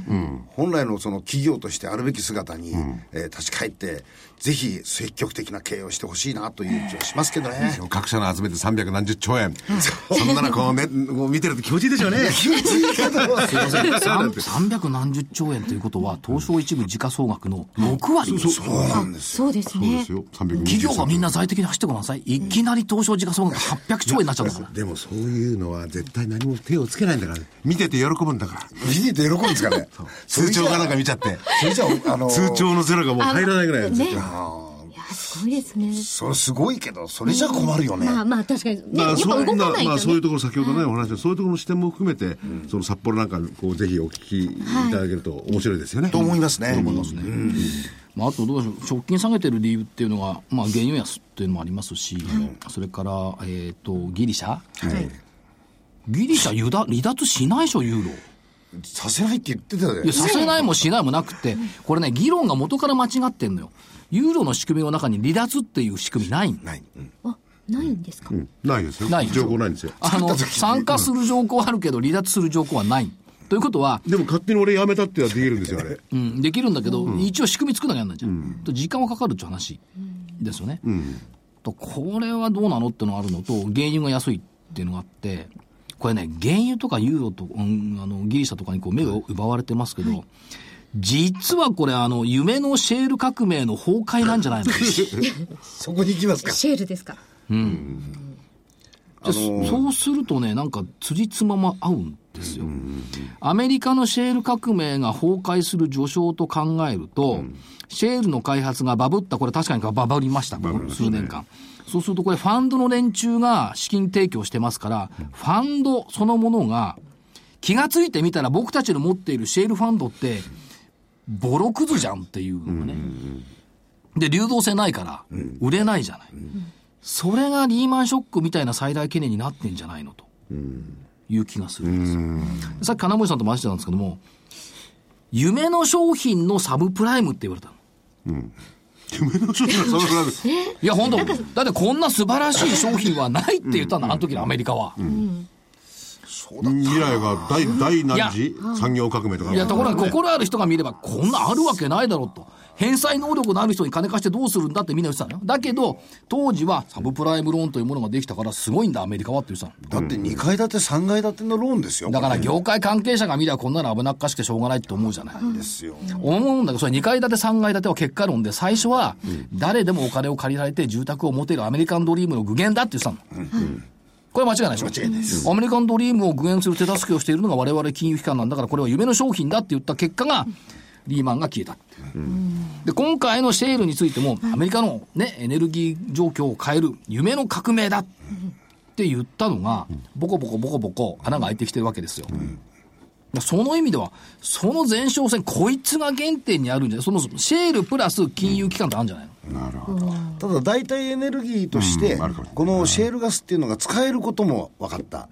本来のその企業としてあるべき姿に、えー立ち返って、ぜひ積極的な経営をしてほしいなという気がしますけどね。
各社の集めて3何十兆円。そんなのこうね、こう見てると気持ちいいでしょうね。
すいません、三百何十兆円ということは、東証一部時価総額の6割
そうなんです。
そうです
そうで
ね
す。よ。323
企業がみんな財的に走ってごらんなさい。いきなり東証時価総額800兆円になっちゃうんだから。
でもそういうのは絶対何も手をつけないんだからね。見てて喜ぶんだから。
見てて喜ぶんですか
[laughs]
ね。
通帳かなんか見ちゃって。
それじゃあ、あの、
通帳のゼロがもう入らないぐらい。
ね。いや、すごいですね。
それすごいけど、それじゃ困るよね。
まあまあ確かに。ね、
ま
や
あ
っぱ動か
まあ
ない
まあ
と
そういう
ね。
ところ先ほどねお話したそういうところの視点も含めて、その札幌なんかこうぜひお聞きいただけると面白いですよね。
と思いますね。うん
まあ、あとどうでしょう、直近下げてる理由っていうのが、まあ、原油安っていうのもありますし、それから、えっ、と、ギリシャ。ギリシャ、離脱離脱しないでしょ、ユーロ。
させないって言ってたよ
いや、
ね。
させないもしないもなくて、これね、議論が元から間違ってんのよ。ユーロの仕組みの中に離脱っていう仕組みないの
ない。うん [laughs]
あ、ないんですか。
うんないですよ
ない。
情報ないんですよ。
あの、
作った時に
参加する条項はあるけど、離脱する条項はない。ということは、
でも勝手に俺辞めたってのはできるんですよ
[laughs]
あれ。
うん、できるんだけど、一応仕組み作らなきゃなんないじゃん。と時間はかかるっていう話ですよね。とこれはどうなのってのがあるのと、原油が安いっていうのがあって、これね、原油とかユーロと、うん、あのギリシャとかにこう目が奪われてますけど、実はこれ、あの、夢のシェール革命の崩壊なんじゃないの
そこに行きますか。
シェールですか。
でそうするとね、なんか、辻褄も合うんですよ。アメリカのシェール革命が崩壊する序章と考えると、シェールの開発がバブった、これ確かにバブりました、ここ数年間。そうするとこれ、ファンドの連中が資金提供してますから、ファンドそのものが、気がついてみたら僕たちの持っているシェールファンドって、ボロクズじゃんっていうのがね。で、流動性ないから、売れないじゃない。それがリーマンショックみたいな最大懸念になってんじゃないのという気がするんですよ。さっき金森さんとも話してたんですけども、夢の商品のサブプライムって言われたの。
夢の商品はそのくらいです。
いや、本当だってこんな素晴らしい商品はないって言ったの、あの時のアメリカは。
未来が大大何
い
時産業革命とか。
いや、ところが心ある人が見れば、こんなあるわけないだろうと。返済能力のある人に金貸してどうするんだってみんな言ってたのよ。だけど、当時はサブプライムローンというものができたからすごいんだ、アメリカはって言ってたの。
だって2階建て3階建てのローンですよ。
だから業界関係者が見りゃこんなの危なっかしくてしょうがないって思うじゃない。
ですよ。
思うんだけど、それ2階建て3階建ては結果論で、最初は誰でもお金を借りられて住宅を持てるアメリカンドリームの具現だって言ってたの。これ間違いないでしょ間違いないです。アメリカンドリームを具現する手助けをしているのが我々金融機関なんだから、これは夢の商品だって言った結果が、リーマンが消えたっていう。で、今回のシェールについても、アメリカのね、エネルギー状況を変える夢の革命だって言ったのが、ボコボコボコボコ穴が開いてきてるわけですよ。その意味では、その前哨戦、こいつが原点にあるんじゃないそもそもシェールプラス金融機関ってあるんじゃないの、
なるほど。
ただ代替エネルギーとして、
うんあるかもしれない
このシェールガスっていうのが使えることも分かった、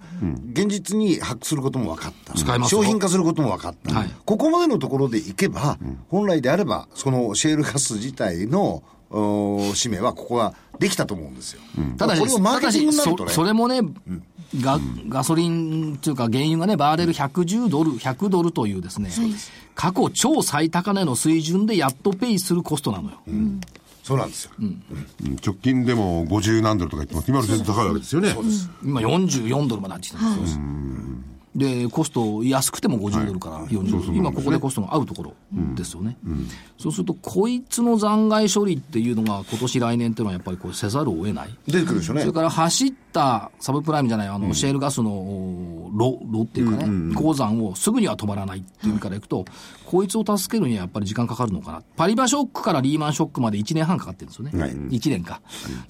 現実に発掘することも分かった
使えますよ
商品化することも分かった、
はい
ここまでのところでいけば、本来であればそのシェールガス自体のお使命はここはできたと思うんですよ、
ただし、
これをマーケティングになる
た
と
だ
ね
しそそれもね、ガガソリンというか原油がね、バーレル110ドル、100ドルというですね、過去超最高値の水準でやっとペイするコストなのよ。
そうなんですよ、
うん直近でも50何ドルとか言ってます。今より全然高いわけですよね。
今44ドルまでなってきてます、でコスト安くても50ドルから40ドル、今ここでコストの合うところですよね、そうするとこいつの残骸処理っていうのが今年来年っていうのはやっぱりこうせざるを得ない、
出てくるでしょうね
それから走ったサブプライムじゃない、あの、シェールガスの、お炉、炉っていうかね、鉱山をすぐには止まらないっていうからいくと、こいつを助けるにはやっぱり時間かかるのかな。パリバショックからリーマンショックまで1年半かかってるんですよね。
はい
1年か。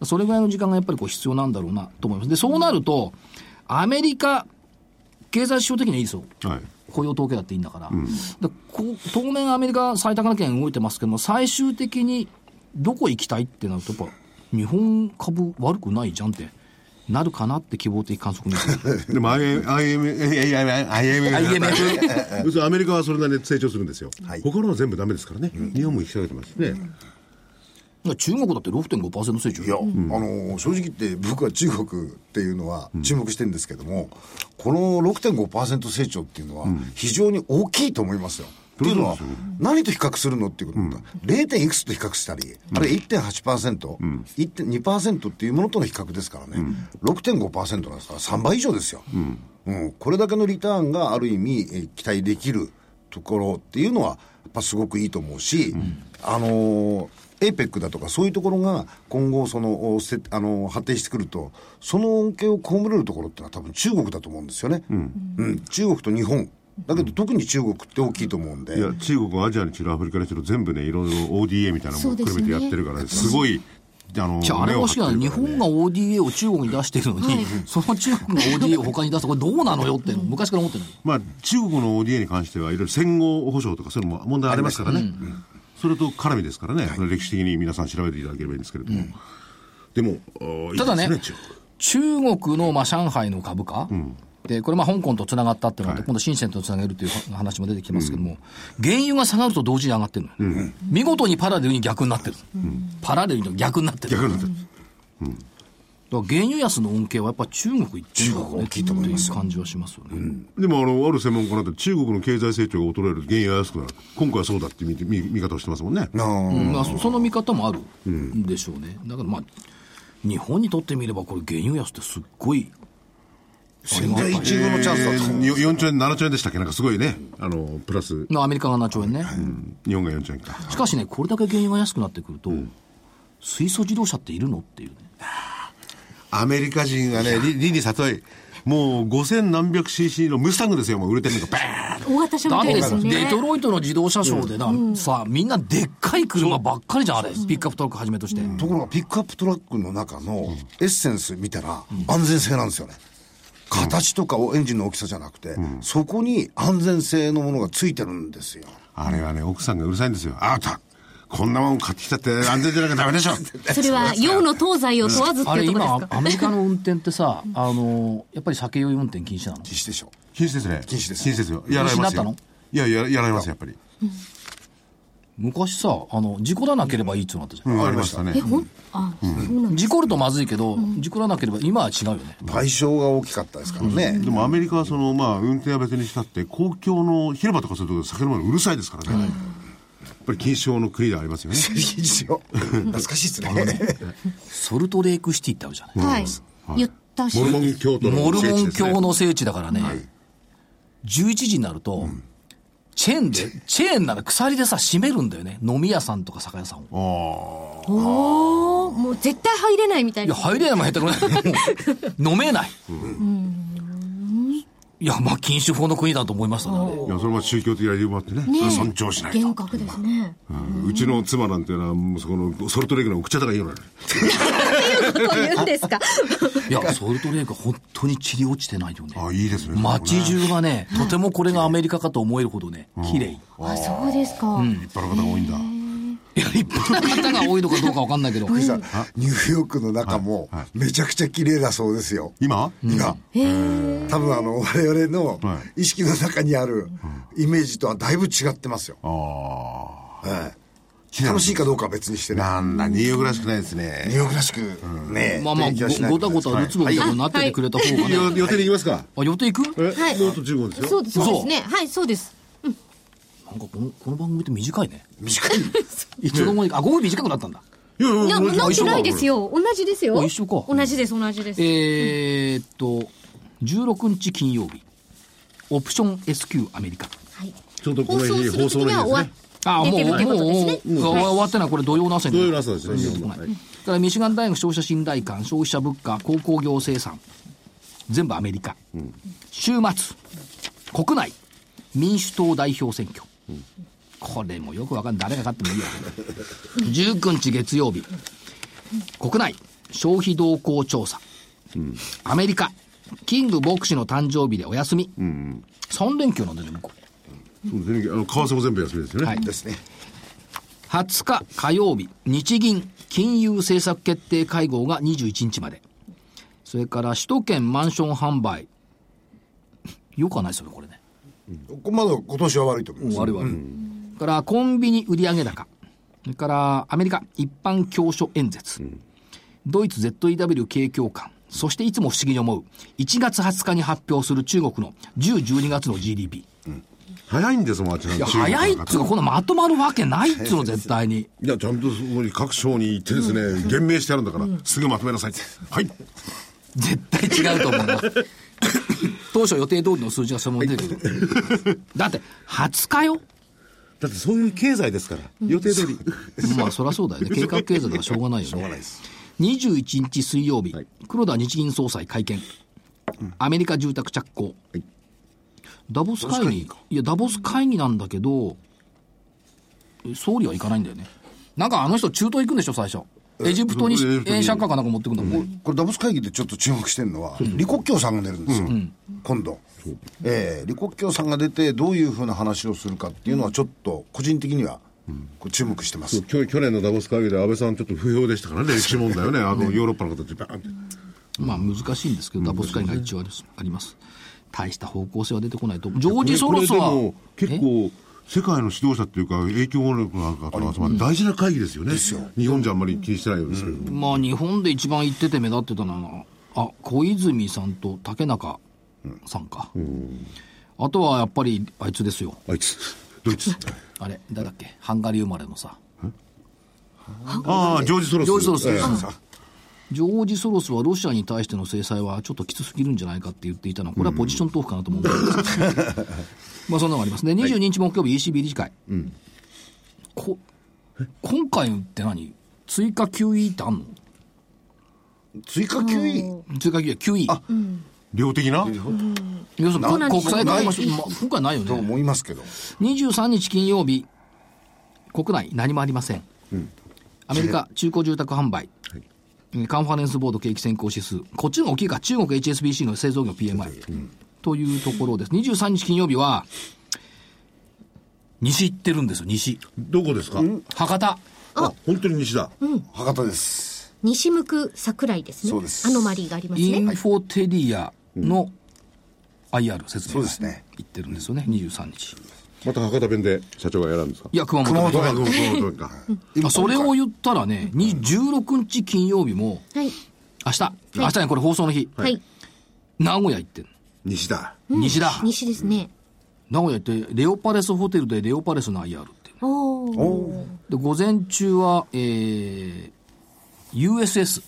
それぐらいの時間がやっぱりこう必要なんだろうなと思います。で、そうなると、アメリカ、経済指標的にはいいですよ。
はい。
雇用統計だっていいんだから、でこ当面アメリカ最高値圏動いてますけども、最終的にどこ行きたいってなると、やっぱ日本株悪くないじゃんってなるかなって希望的観測に。
[laughs]
でも IM、IM、IM、IM、要するにアメリカはそれなりに成長するんですよ。
はい
他のは全部ダメですからね。日本も行き下げてますね。
中国だって6.5%成長
いや、あの正直言って僕は中国っていうのは注目してるんですけども、この6.5%成長っていうのは非常に大きいと思いますよ。っていうのは何と比較するのっていうことだ、0. いくつと比較したり、あるいは1.8%、1.2%っていうものとの比較ですからね、6.5%なんですから3倍以上ですよ、うんこれだけのリターンがある意味えー期待できるところっていうのはやっぱすごくいいと思うし、あのー APEC だとかそういうところが今後その、おせあのー発展してくると、その恩恵を被れるところってのは多分中国だと思うんですよね。うん。中国と日本。だけど特に中国って大きいと思うんで。
いや、中国はアジアにしろアフリカにしろ全部ね、いろいろ ODA みたいなものを含めてやってるからね、すごい、あの、
じゃあ、あれ
目
も
を
しかな
張
い。
って
日
るからね
本が ODA を中国に出してるのに、その中国が ODA を他に出すと、これどうなのよって、昔から思ってる
まあ、中国の ODA に関してはいろいろ戦後保障とかそういうのも問題ありますからね、それと絡みですからね、それ歴史的に皆さん調べていただければいいんですけれども、でもあーいい
ただね
です
中国のまあ上海の株価、でこれ、香港とつながったっていうので、
はい
今度、深センとつなげるという話も出てきますけども、原油が下がると同時に上がってるのよ、見事にパラレルに逆になってる、パラレルに逆になってる、
逆になってる
だから原油安の恩恵はやっぱ中国行ってるんだろうねっていう感じはしますよね。
でもあのある専門家なんて中国の経済成長が衰えると原油が安くなる今回はそうだって見て見見方をしてますもんね
なあ
うんまあ、そその見方もあるんでしょうね、だからまあ、日本にとってみれば、これ、原油安ってすっごい
千載一遇のチャンスだと思う。
よ4兆円7兆円でしたっけなんかすごいねあのプラス
まあアメリカが7兆円ね、
日本が4兆円か
しかしね、これだけ原油が安くなってくると、水素自動車っているのっていうね。
アメリカ人がねり理に悟いもう5000何百 cc のムスタングですよもう売れてるのがバーン
大型車み
だった
い
て
ですね。
デトロイトの自動車ショーでな、さあ、みんなでっかい車ばっかりじゃん、あれ。ピックアップトラックはじめとして。
ところがピックアップトラックの中のエッセンス見たら安全性なんですよね。形とかをエンジンの大きさじゃなくて、そこに安全性のものがついてるんですよ。
あれはね、奥さんがうるさいんですよ。あなた、こんなもん買ってきたって安全じゃなきゃダメでし [laughs] ょ。
それは、洋の東西を問わずって
あれ、
いうところ
今
です、か
アメリカの運転ってさ、あの、やっぱり酒酔い運転禁止なの
禁止でしょ。
禁止ですね。
禁止です
禁止ですよ。やら
禁止に
れ
な
ま
っ
す
た
よ
の。
いや、ややられます、やっぱり。
昔さ、あの、事故らなければいいってなったじゃん。
ありましたね。
ほんあ、そうなん
事故るとまずいけど、事故らなければ、今は違うよね。
賠償が大きかったですからね。 [laughs]
でもアメリカはその、まあ、運転は別にしたって、公共の広場とかそういうところで酒飲むのうるさいですからね。やっぱり禁止法の国ではあります [laughs] よね。
禁止よ。懐かしいですね。
ソルトレイクシティってあるじゃない。
はい。言ったし
モ。ルモン教徒の
モルモ
聖地
ン
ですね
教の聖地だからね、11時になると、チェーンで、チェーンなら鎖でさ、閉めるんだよね。飲み屋さんとか酒屋さんを。
おお、もう絶対入れないみたい
いや、
な。
入れないもん下手くない。もう飲めない。いや、まあ、禁酒法の国だと思いましたねあれ。
いや、それは宗教的な理由もあってね。
ねえ
尊重しないと。
厳格ですね。
うんうちの妻なんていうのは、もうそこの、ソルトレイクの奥茶とか言うのよ。
こと [laughs] を言うんですか。
いや、ソルトレイクは本当に塵落ちてないよね。
あいいですね
街中がね、とてもこれがアメリカかと思えるほどね、綺麗。
あ、そうですか。
立派な方が多いんだ
いや、一般の方が多いのかどうかわかんないけど。
さニューヨークの中も
はいは
めちゃくちゃ綺麗だそうですよ。
今
今。多分あの、我々の
は
意識の中にあるイメージとはだいぶ違ってますよ。
あ
はい
なみに
楽しいかどうかは別にして
あ
ね。
なんだニューヨークらしくないです
ニュー
ね
ヨークらしくね、
まあまあ、
勉強しない
ごごたごたるつぼみたいになっててくれた方がね。
よ予定でいきますか
あ、予定行く
え
はい
ノート15です
そ
よ
うですそうですね。はい、そうです。
なんかこの、この番組って短いね。 [laughs]
短い。
いつの間にか、あ、5分短くなったんだ。
いやいや
いや、
同じ
なってないですよ。同じですよ。
あ一緒か
同じです、同じです。
えーっと、16日金曜日、オプション S q アメリカ。
はい。
ちょっとこの日
放送する時には終わ
放送
あもう、
っ出て
の日ですね
る
も
ってことですね。
う、もう終わってない、これ土曜の朝に。
土曜の朝ですね日本の
はい
は
だ
い
から、ミシガン大学消費者信頼感、消費者物価、鉱工業生産、全部アメリカ。週末、国内、民主党代表選挙。これもよくわかんない。誰が勝ってもいいや。19日月曜日、国内、消費動向調査。アメリカ、キング牧師の誕生日でお休み。3連休なんだよね、向こう。
そうですねあの為替も全部休みですよね
はい
ですね。
20日火曜日、日銀金融政策決定会合が21日まで。それから首都圏マンション販売。よくはないですよね、これね。
まだ今年は悪いと思います。
悪い悪い。それからコンビニ売上高。それからアメリカ一般教書演説。ドイツ ZEW 景況感。そしていつも不思議に思う。1月20日に発表する中国の10、12月の GDP。
早いんですもんあっちの
い
中
や、
国の方
早いっつうか、このまとまるわけないっつうの、絶対に。
いやちゃんとそこに各省に行ってですね言明してあるんだからすぐまとめなさいってはい
絶対違うと思います。当初予定通りの数字がそのまま出てくる。だって、20日よ
だってそういう経済ですから予定通り
まあ、そりゃそう [laughs] だよね。計画経済だからしょうがないよね。しょうがないです。21日水曜日、黒田日銀総裁会見。アメリカ住宅着工。
い
ダボス会議、いや、ダボス会議なんだけど、総理は行かないんだよね。なんかあの人中東行くんでしょ、最初。エジプトに
エジプトに
円借家かなんか持ってくんだもんね。
これダボス会議でちょっと注目してるのは、李克強さんが出るんですよ、今度。ええ李克強さんが出て、どういうふうな話をするかっていうのは、ちょっと個人的には、こう注目してます。
去去年のダボス会議で安倍さんちょっと不評でしたから [laughs] ね歴史問題よねあのヨーロッパの方ってバーンって
まあ難しいんですけど、ダボス会が一応ありますあります。大した方向性は出てこないと。ジョージ・ソロスは、
これでも結構世界の指導者っていうか影響力のある方が集まる大事な会議ですよね日本じゃあんまり気にしてないようですけど、
まあ日本で一番行ってて目立ってたのは、あ、小泉さんと竹中さんか。あとはやっぱりあいつですよ。
あいつドイツ
あれ、誰だっけハンガリー生まれのさ。
ああジョージ・ソロス
ジョージソロス
ええ
ジョージ・ソロスはロシアに対しての制裁はちょっときつすぎるんじゃないかって言っていたのは、これはポジショントークかなと思うんですけどまあそんなのがありますね。22日木曜日 ECB 理事会。こ今回って何追加 QE ってあんの
追加 QE?
追加 QE、QE。
量的な
要する
そう
に
なん
国
ですよ
債買いま
ない
まあ今回ないよ
と
ね。
思いますけど。
23日金曜日、国内何もありません。アメリカ中古住宅販売。カンファレンスボード景気先行指数。こっちの方が大きいか。中国 HSBC の製造業 PMI。というところです。23日金曜日は、西行ってるんですよ、西。
どこですか
博多。
あ本当に西だ、
博多です。
西向く桜井ですね。
そうです
アノマリーがあります
イン
ね。
フォテリアの IR 説明
そうですね
行ってるんですよね、23日。
また博多弁で社長がやらんですか
いや、熊本。
熊本
あ
が
そうそうか
あそれを言ったらね、に16日金曜日も、
はい。
明日、明日ね、これ放送の日、
はい。
名古屋行ってんの
西だ
西だ。
西ですね。
名古屋行って、レオパレスホテルでレオパレスの IR っていう
おお。
の。で、午前中は、えー、USS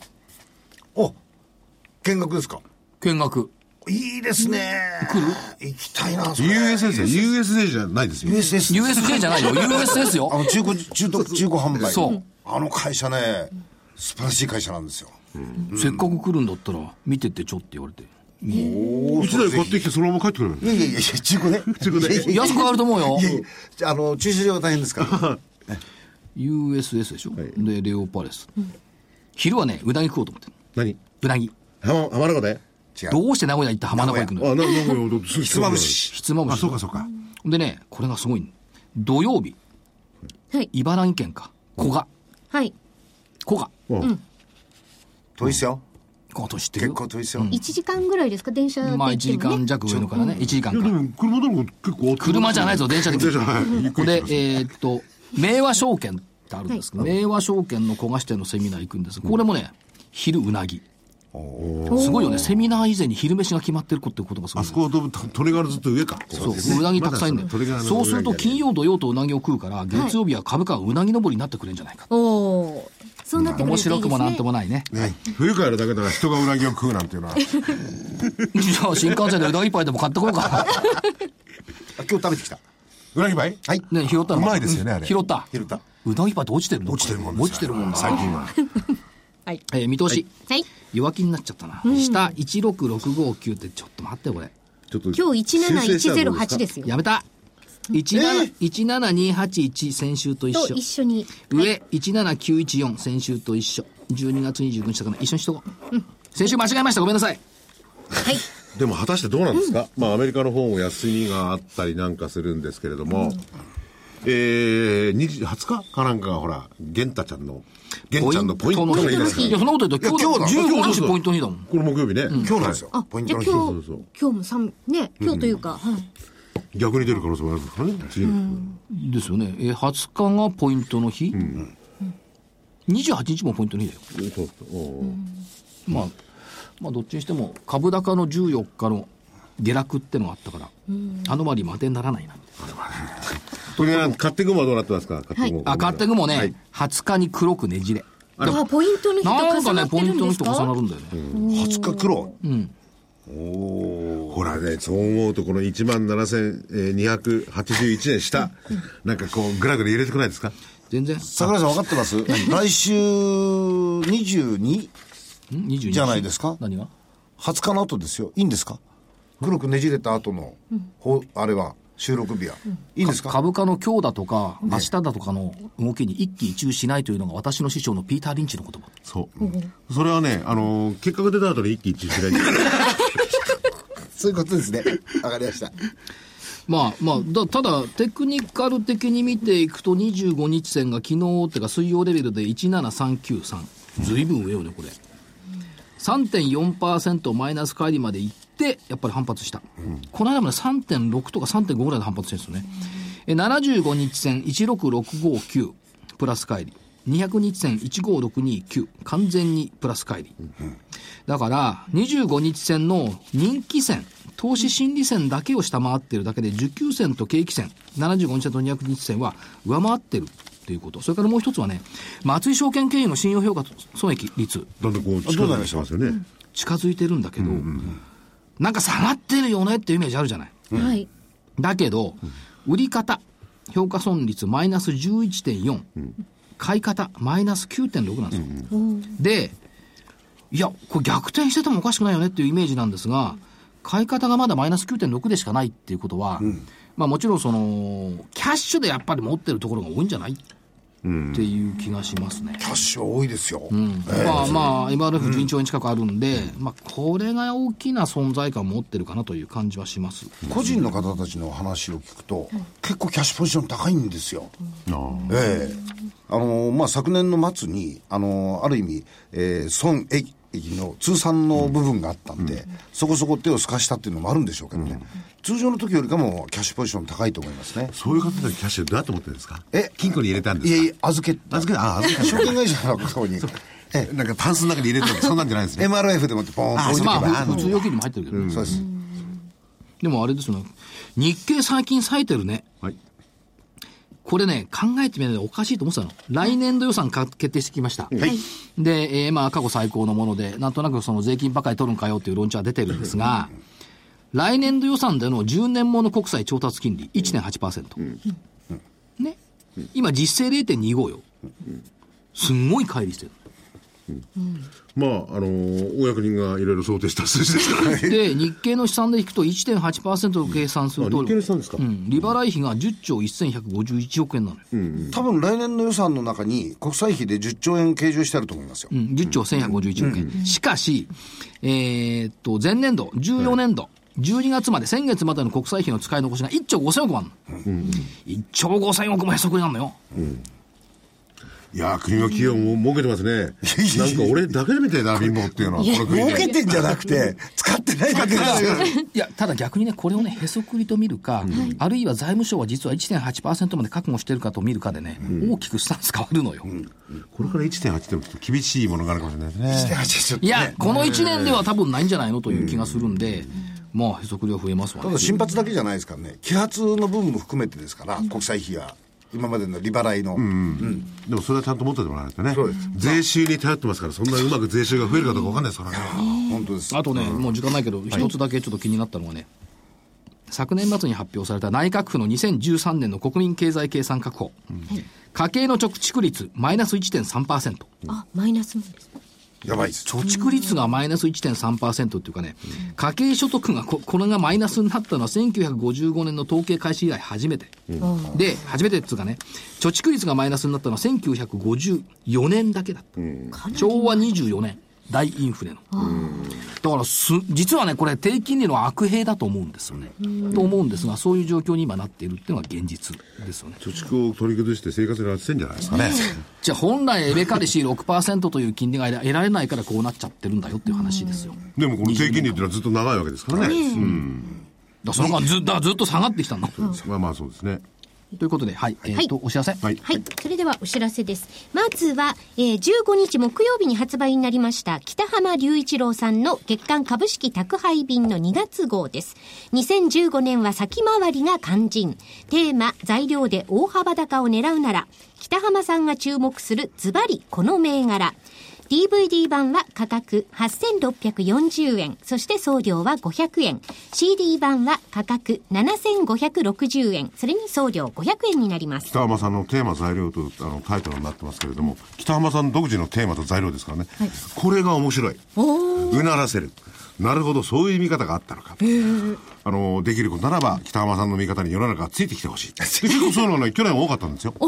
お見学ですか
見学。
いいですね。来る行きたいな、それ
USS です USJ じゃないですよ
USS。
USJ じゃないよ、USS
あ
よ。
の、中古、中途、中古販売。
そう
あの会社ね、素晴らしい会社なんですよ。
せっかく来るんだったら、見てってちょって言われて。
お
1台買ってきてそのまま帰ってくればいい
いやいやいや、中古 [laughs] ね。中古ね。
安くあると思うよ。
じゃあ、あ [laughs] の、駐車場が大変ですから。
USS でしょ、で、レオパレス。昼はね、うなぎ食おうと思ってる。
何
うなぎ。
浜浜名湖で
違う。
どうして名古屋行って浜名湖行くの
あ、なんか、なんか、ひ
ひつまぶ。し。
ひつまぶ
あ、そう
し。
かそうか。
でね、これがすごいの土曜日、
はい。
茨城県か。古賀。
はい。
古賀。
うん。
遠いっすよ。
今年知ってる
結
よ
構遠いっすよ。
1時間ぐらいですか電車で行っても
まあ
ね。
1時間弱上のからね、1時間
いや、で
か。
も、車でも結構。
車じゃないぞ、電車で来
電
る。
車、はい。ゆっく
こ
り
れ
し、ます
えーっと、明和証券ってあるんですけど、明和証券の古賀支店のセミナー行くんです。これもね、昼うなぎ。すごいよね、セミナー以前に昼飯が決まってる子ってことがすごい
あ
ね、
そこはどうとトリガーのずっと上か。
そう、うなぎたくさんいるんだよ。そうすると金
曜。
曜、土曜とうなぎを食うから、月曜日は株価がうなぎ登りになってくれるんじゃないか。
おお。そうなってくれるといい
面
で
白く
すね。
もなんともないね。
ね、冬帰るだけだから人がうなぎを食うなんていう [laughs] のは。
じゃあ新幹線でうなぎパイでも買ってこう
[laughs]
か。
あ今日食べてきた。
うなぎばい
はい。
ね、拾ったの
うまいですよねあれ
拾った。
拾った。
うなぎパイって落ちてるの
落ちてるもんです
落ちてるもんだ。
最近は。
はい。
[laughs] えー見通し。
はい。
弱気になっちゃったな。下16659ってちょっと待ってこれ。
ちょっと。
今日17108ですすよ。
やめた。17 17281先週と一
と
緒
一。緒に。
上17914先週と一緒。12月29日だから一緒にしとこう。先週間違えました。ごめんなさい。
はい。
でも果たしてどうなんですか、まあアメリカの方も休みがあったりなんかするんですけれども、えー、20, 20日かなんかがほら、玄太ちゃんの、玄ちゃんのポイントの
ポイ
日
ン
で
トの
すか
日。
ら
いや、そんなこと言うと、今
いや今
日
日
だ。
だ
15
そう
日
そう
ポイント2だもん。
これ木曜日ね、
今日なんですよ。
あ
ポイ、ン
じ
ト
ゃあ
の
今
日。
そ
日
うそうそう、
今日も三ね、今日というか、はい。
逆に出る可能性もあるんですからね、次の
ですよね。えー、20日がポイントの日。28日もポイントの日だよ。
そうそうおー
まあ、まあ、どっちにしても、株高の14日の下落ってのがあったから、あのまり待てにならないな。
これね買っていくもはどうなってますか、買っていくも。
あ、買ってくもね、20日に黒くねじれ。
あれ
あ、ポイントの日
なんか
と重
ね、
なって
ポイ
る
ント
ん
の
で
日
す
と
か。
重なるんだよね。
20日黒。
ほらね、そう思うと、この1万7281円下、なんかこう、ぐらぐら入れてこないですか
全然。ん
桜井さん分かってます来週 22?20
22
じゃないですか
何が
日の後ですよ。いいんですか黒くねじれた後の、ほあれは、収録日は。いいんですか
株価の今日だとか、明日だとかの動きに一喜一憂しないというのが私の師匠のピーター・リンチの言葉。
そう。それはね、あのー結果が出た後に一喜一憂しない [laughs] んで
そういうことですね。わかりました。
まあまあ、だただ、テクニカル的に見ていくと、25日線が昨日っていうか、水曜レベルで17393、ずいぶん上よね、これ。3.4%マイナス乖離まで行って、やっぱり反発した。この間まで3.6とか3.5ぐらいで反発してるんですよね。え75日線16659、プラス乖離。200日線15629、完全にプラス乖離。だから、25日線の人気線、投資心理線だけを下回ってるだけで、19線と景気線、75日線と200日線は上回ってるということ。それからもう一つはね、松井証券経由の信用評価損益率、
だんだんこう、近づいてきますよね。
近づいてるんだけど、なんか下がってるよねっていうイメージあるじゃない。
はい。
だけど、売り方、評価損率マイナス11.4、買い方マイナス9.6なんですよ。で、いや、これ逆転しててもおかしくないよねっていうイメージなんですが、買い方がまだマイナス9.6でしかないっていうことは、まあもちろんその、キャッシュでやっぱり持ってるところが多いんじゃないっていう気がしますね。
キャッシュ多いですよ。
まあまあ、MRF11 兆円近くあるんで、まあこれが大きな存在感を持ってるかなという感じはします。
個人の方たちの話を聞くと、結構キャッシュポジション高いんですよ。
あ
ええあのまあ、昨年の末に、あのある意味、えー損益の通算の部分があったんで、そこそこ手を透かしたっていうのもあるんでしょうけどね、通常の時よりかもキャッシュポジション高いと思いますね
あ。そういう方でキャッシュどうやって持ってるんですか
え
金庫に入れたんで
いやい
す
や
か、
預け、
預けあ預け
証券会社のとこに、え
なんかタンスの中に入れてるとかそんなんじゃないんです
え、
ね。
MRF でもってポーンと
あ
置いと
ま
けば、
あ、普通預金にも入ってるけどね、
そうです。
でもあれですよね。日経最近冴えてるね。
はい。
これね、考えてみればおかしいと思ってたの。来年度予算か決定してきました。
はい。
で、えーまあ、過去最高のもので、なんとなくその税金ばかり取るんかよっていう論調は出てるんですが、来年度予算での10年もの国債調達金利1.8%。ね。今実勢0.25よ。すんごい乖離してる。
まあ、あのーお役人がいろいろ想定した数字ですからね。 [laughs]
で、日経の試算で引くと1.8%を計算すると、
あ日経の試算ですか
うん、利払い費が10兆1151億円なのよ。うん、
多分来年の予算の中に国債費で10兆円計上してあると思いますよ。
10兆1151億円。しかし、えーっと、前年度、14年度、12月まで、先月までの国債費の使い残しが1兆5000億もあるの。1兆5000億もへそくりなのよ。
いやー、国は企業も儲けてますね。なんか俺だけみたいだ、貧乏っていうのは、この国
儲
で。
けてんじゃなくて、 [laughs] 使ってないだけだ。
いや、ただ逆にね、これをね、へそくりと見るか、あるいは財務省は実は1.8%まで覚悟してるかと見るかでね、大きくスタンス変わるのよ。
これから1.8でもちょっと厳しいものがあるかもしれないですね。
いや、この1年では多分ないんじゃないのという気がするんで、まあ、へそくりは増えますわ
た
ね
だ。新発だけじゃないですからね、揮発の部分も含めてですから、国債費や、今までの利払いの。
でもそれはちゃんと持っててもらわないとね。税収に頼ってますから、そんなうまく税収が増えるかどうかわかんないですからね。
本当です。
あとね、もう時間ないけど、一つだけちょっと気になったのはね、昨年末に発表された内閣府の2013年の国民経済計算確保、家計の貯蓄率マイナス1.3%、
あ、マイナスもです。
やばいです。
貯蓄率がマイナス1.3%っていうかね、家計所得がこ、これがマイナスになったのは1955年の統計開始以来初めて。で、初めてっつうかね、貯蓄率がマイナスになったのは1954年だけだった。昭和24年、大インフレの。だからす、実はね、これ低金利の悪弊だと思うんですよね。と思うんですが、そういう状況に今なっているっていうのが現実ですよね。
貯蓄を取り崩して生活に当ててんじゃないですかね。
じゃあ本来エレカレシー6%という金利が得られないからこうなっちゃってるんだよっていう話ですよ。
でもこの低金利っていうのはずっと長いわけですからね。うん。
だからその間ずだからずっと下がってきたんだ。
まあまあそうですね。
ということで、はい、えっと、お知らせ。
はい。
はい。それではお知らせです。まずは、えー15日木曜日に発売になりました、北浜隆一郎さんの月間株式宅配便の2月号です。2015年は先回りが肝心。テーマ、材料で大幅高を狙うなら、北浜さんが注目するズバリこの銘柄。DVD 版は価格8640円、そして送料は500円。CD 版は価格7560円、それに送料500円になります。
北浜さんのテーマ材料とあのタイトルになってますけれども、北浜さん独自のテーマと材料ですからね。これが面白い。うならせる。なるほど、そういう見方があったのか。あの、できることならば、北浜さんの見方に世の中が [laughs] ついてきてほしい。結構そういうのはね、去年は多かったんですよ。う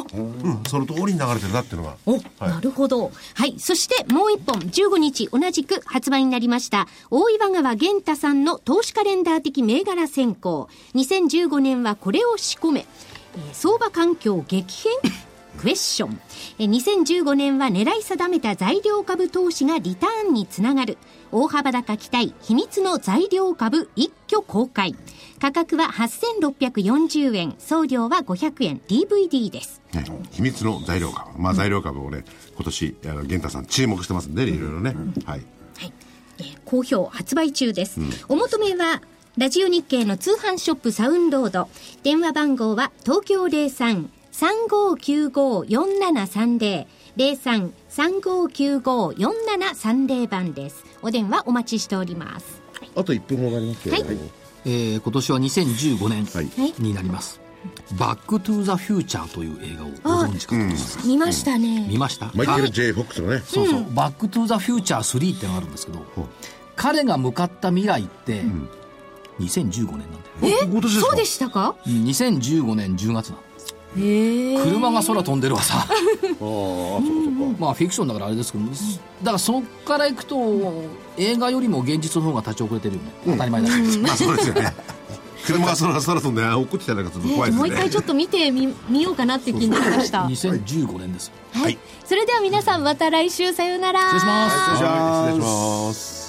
ん、その通りに流れてるなっていうのが。
お、なるほど。はい。そしてもう一本、15日同じく発売になりました、大岩川玄太さんの投資カレンダー的銘柄選考。2015年はこれを仕込め。えー相場環境激変クエスチョン。えー2015年は狙い定めた材料株投資がリターンにつながる。大幅高期待、秘密の材料株一挙公開。価格は8640円、送料は500円、DVD です。
ね、秘密の材料株、まあ、材料株をね今年あの源太さん注目してますんでねいろいろね、はい
はい、えー好評発売中です、お求めはラジオ日経の通販ショップサウンロード電話番号は東京03-3595-4730 03-3595-4730番ですお電話お待ちしております
あと1分ほどありますけ
どはい
えー今年は2015
はい
年になります。バックトゥザフューチャーという映画をご存知かと思います。
見ましたね
見ました
マイケ
は
ル・
い
J ・フォックスのね
そうそう、バックトゥザフューチャー3ってのがあるんですけど、彼が向かった未来って、2015年なんだよ。
え
今年ですか
そうでしたか
うん2015年10月なの
へえ
車が空飛んでるわさまあフィクションだからあれですけどだからそこから行くと映画よりも現実の方が立ち遅れてるよね当たり前だけど、
まあそうですよね車がそらそらとね落っこちてたりなんかすると怖いです
も
ね
う一回ちょっと見てみ見ようかなって気になりましたはい、
2015年です
それでは皆さんまた来週さようなら
失礼します
はい失礼します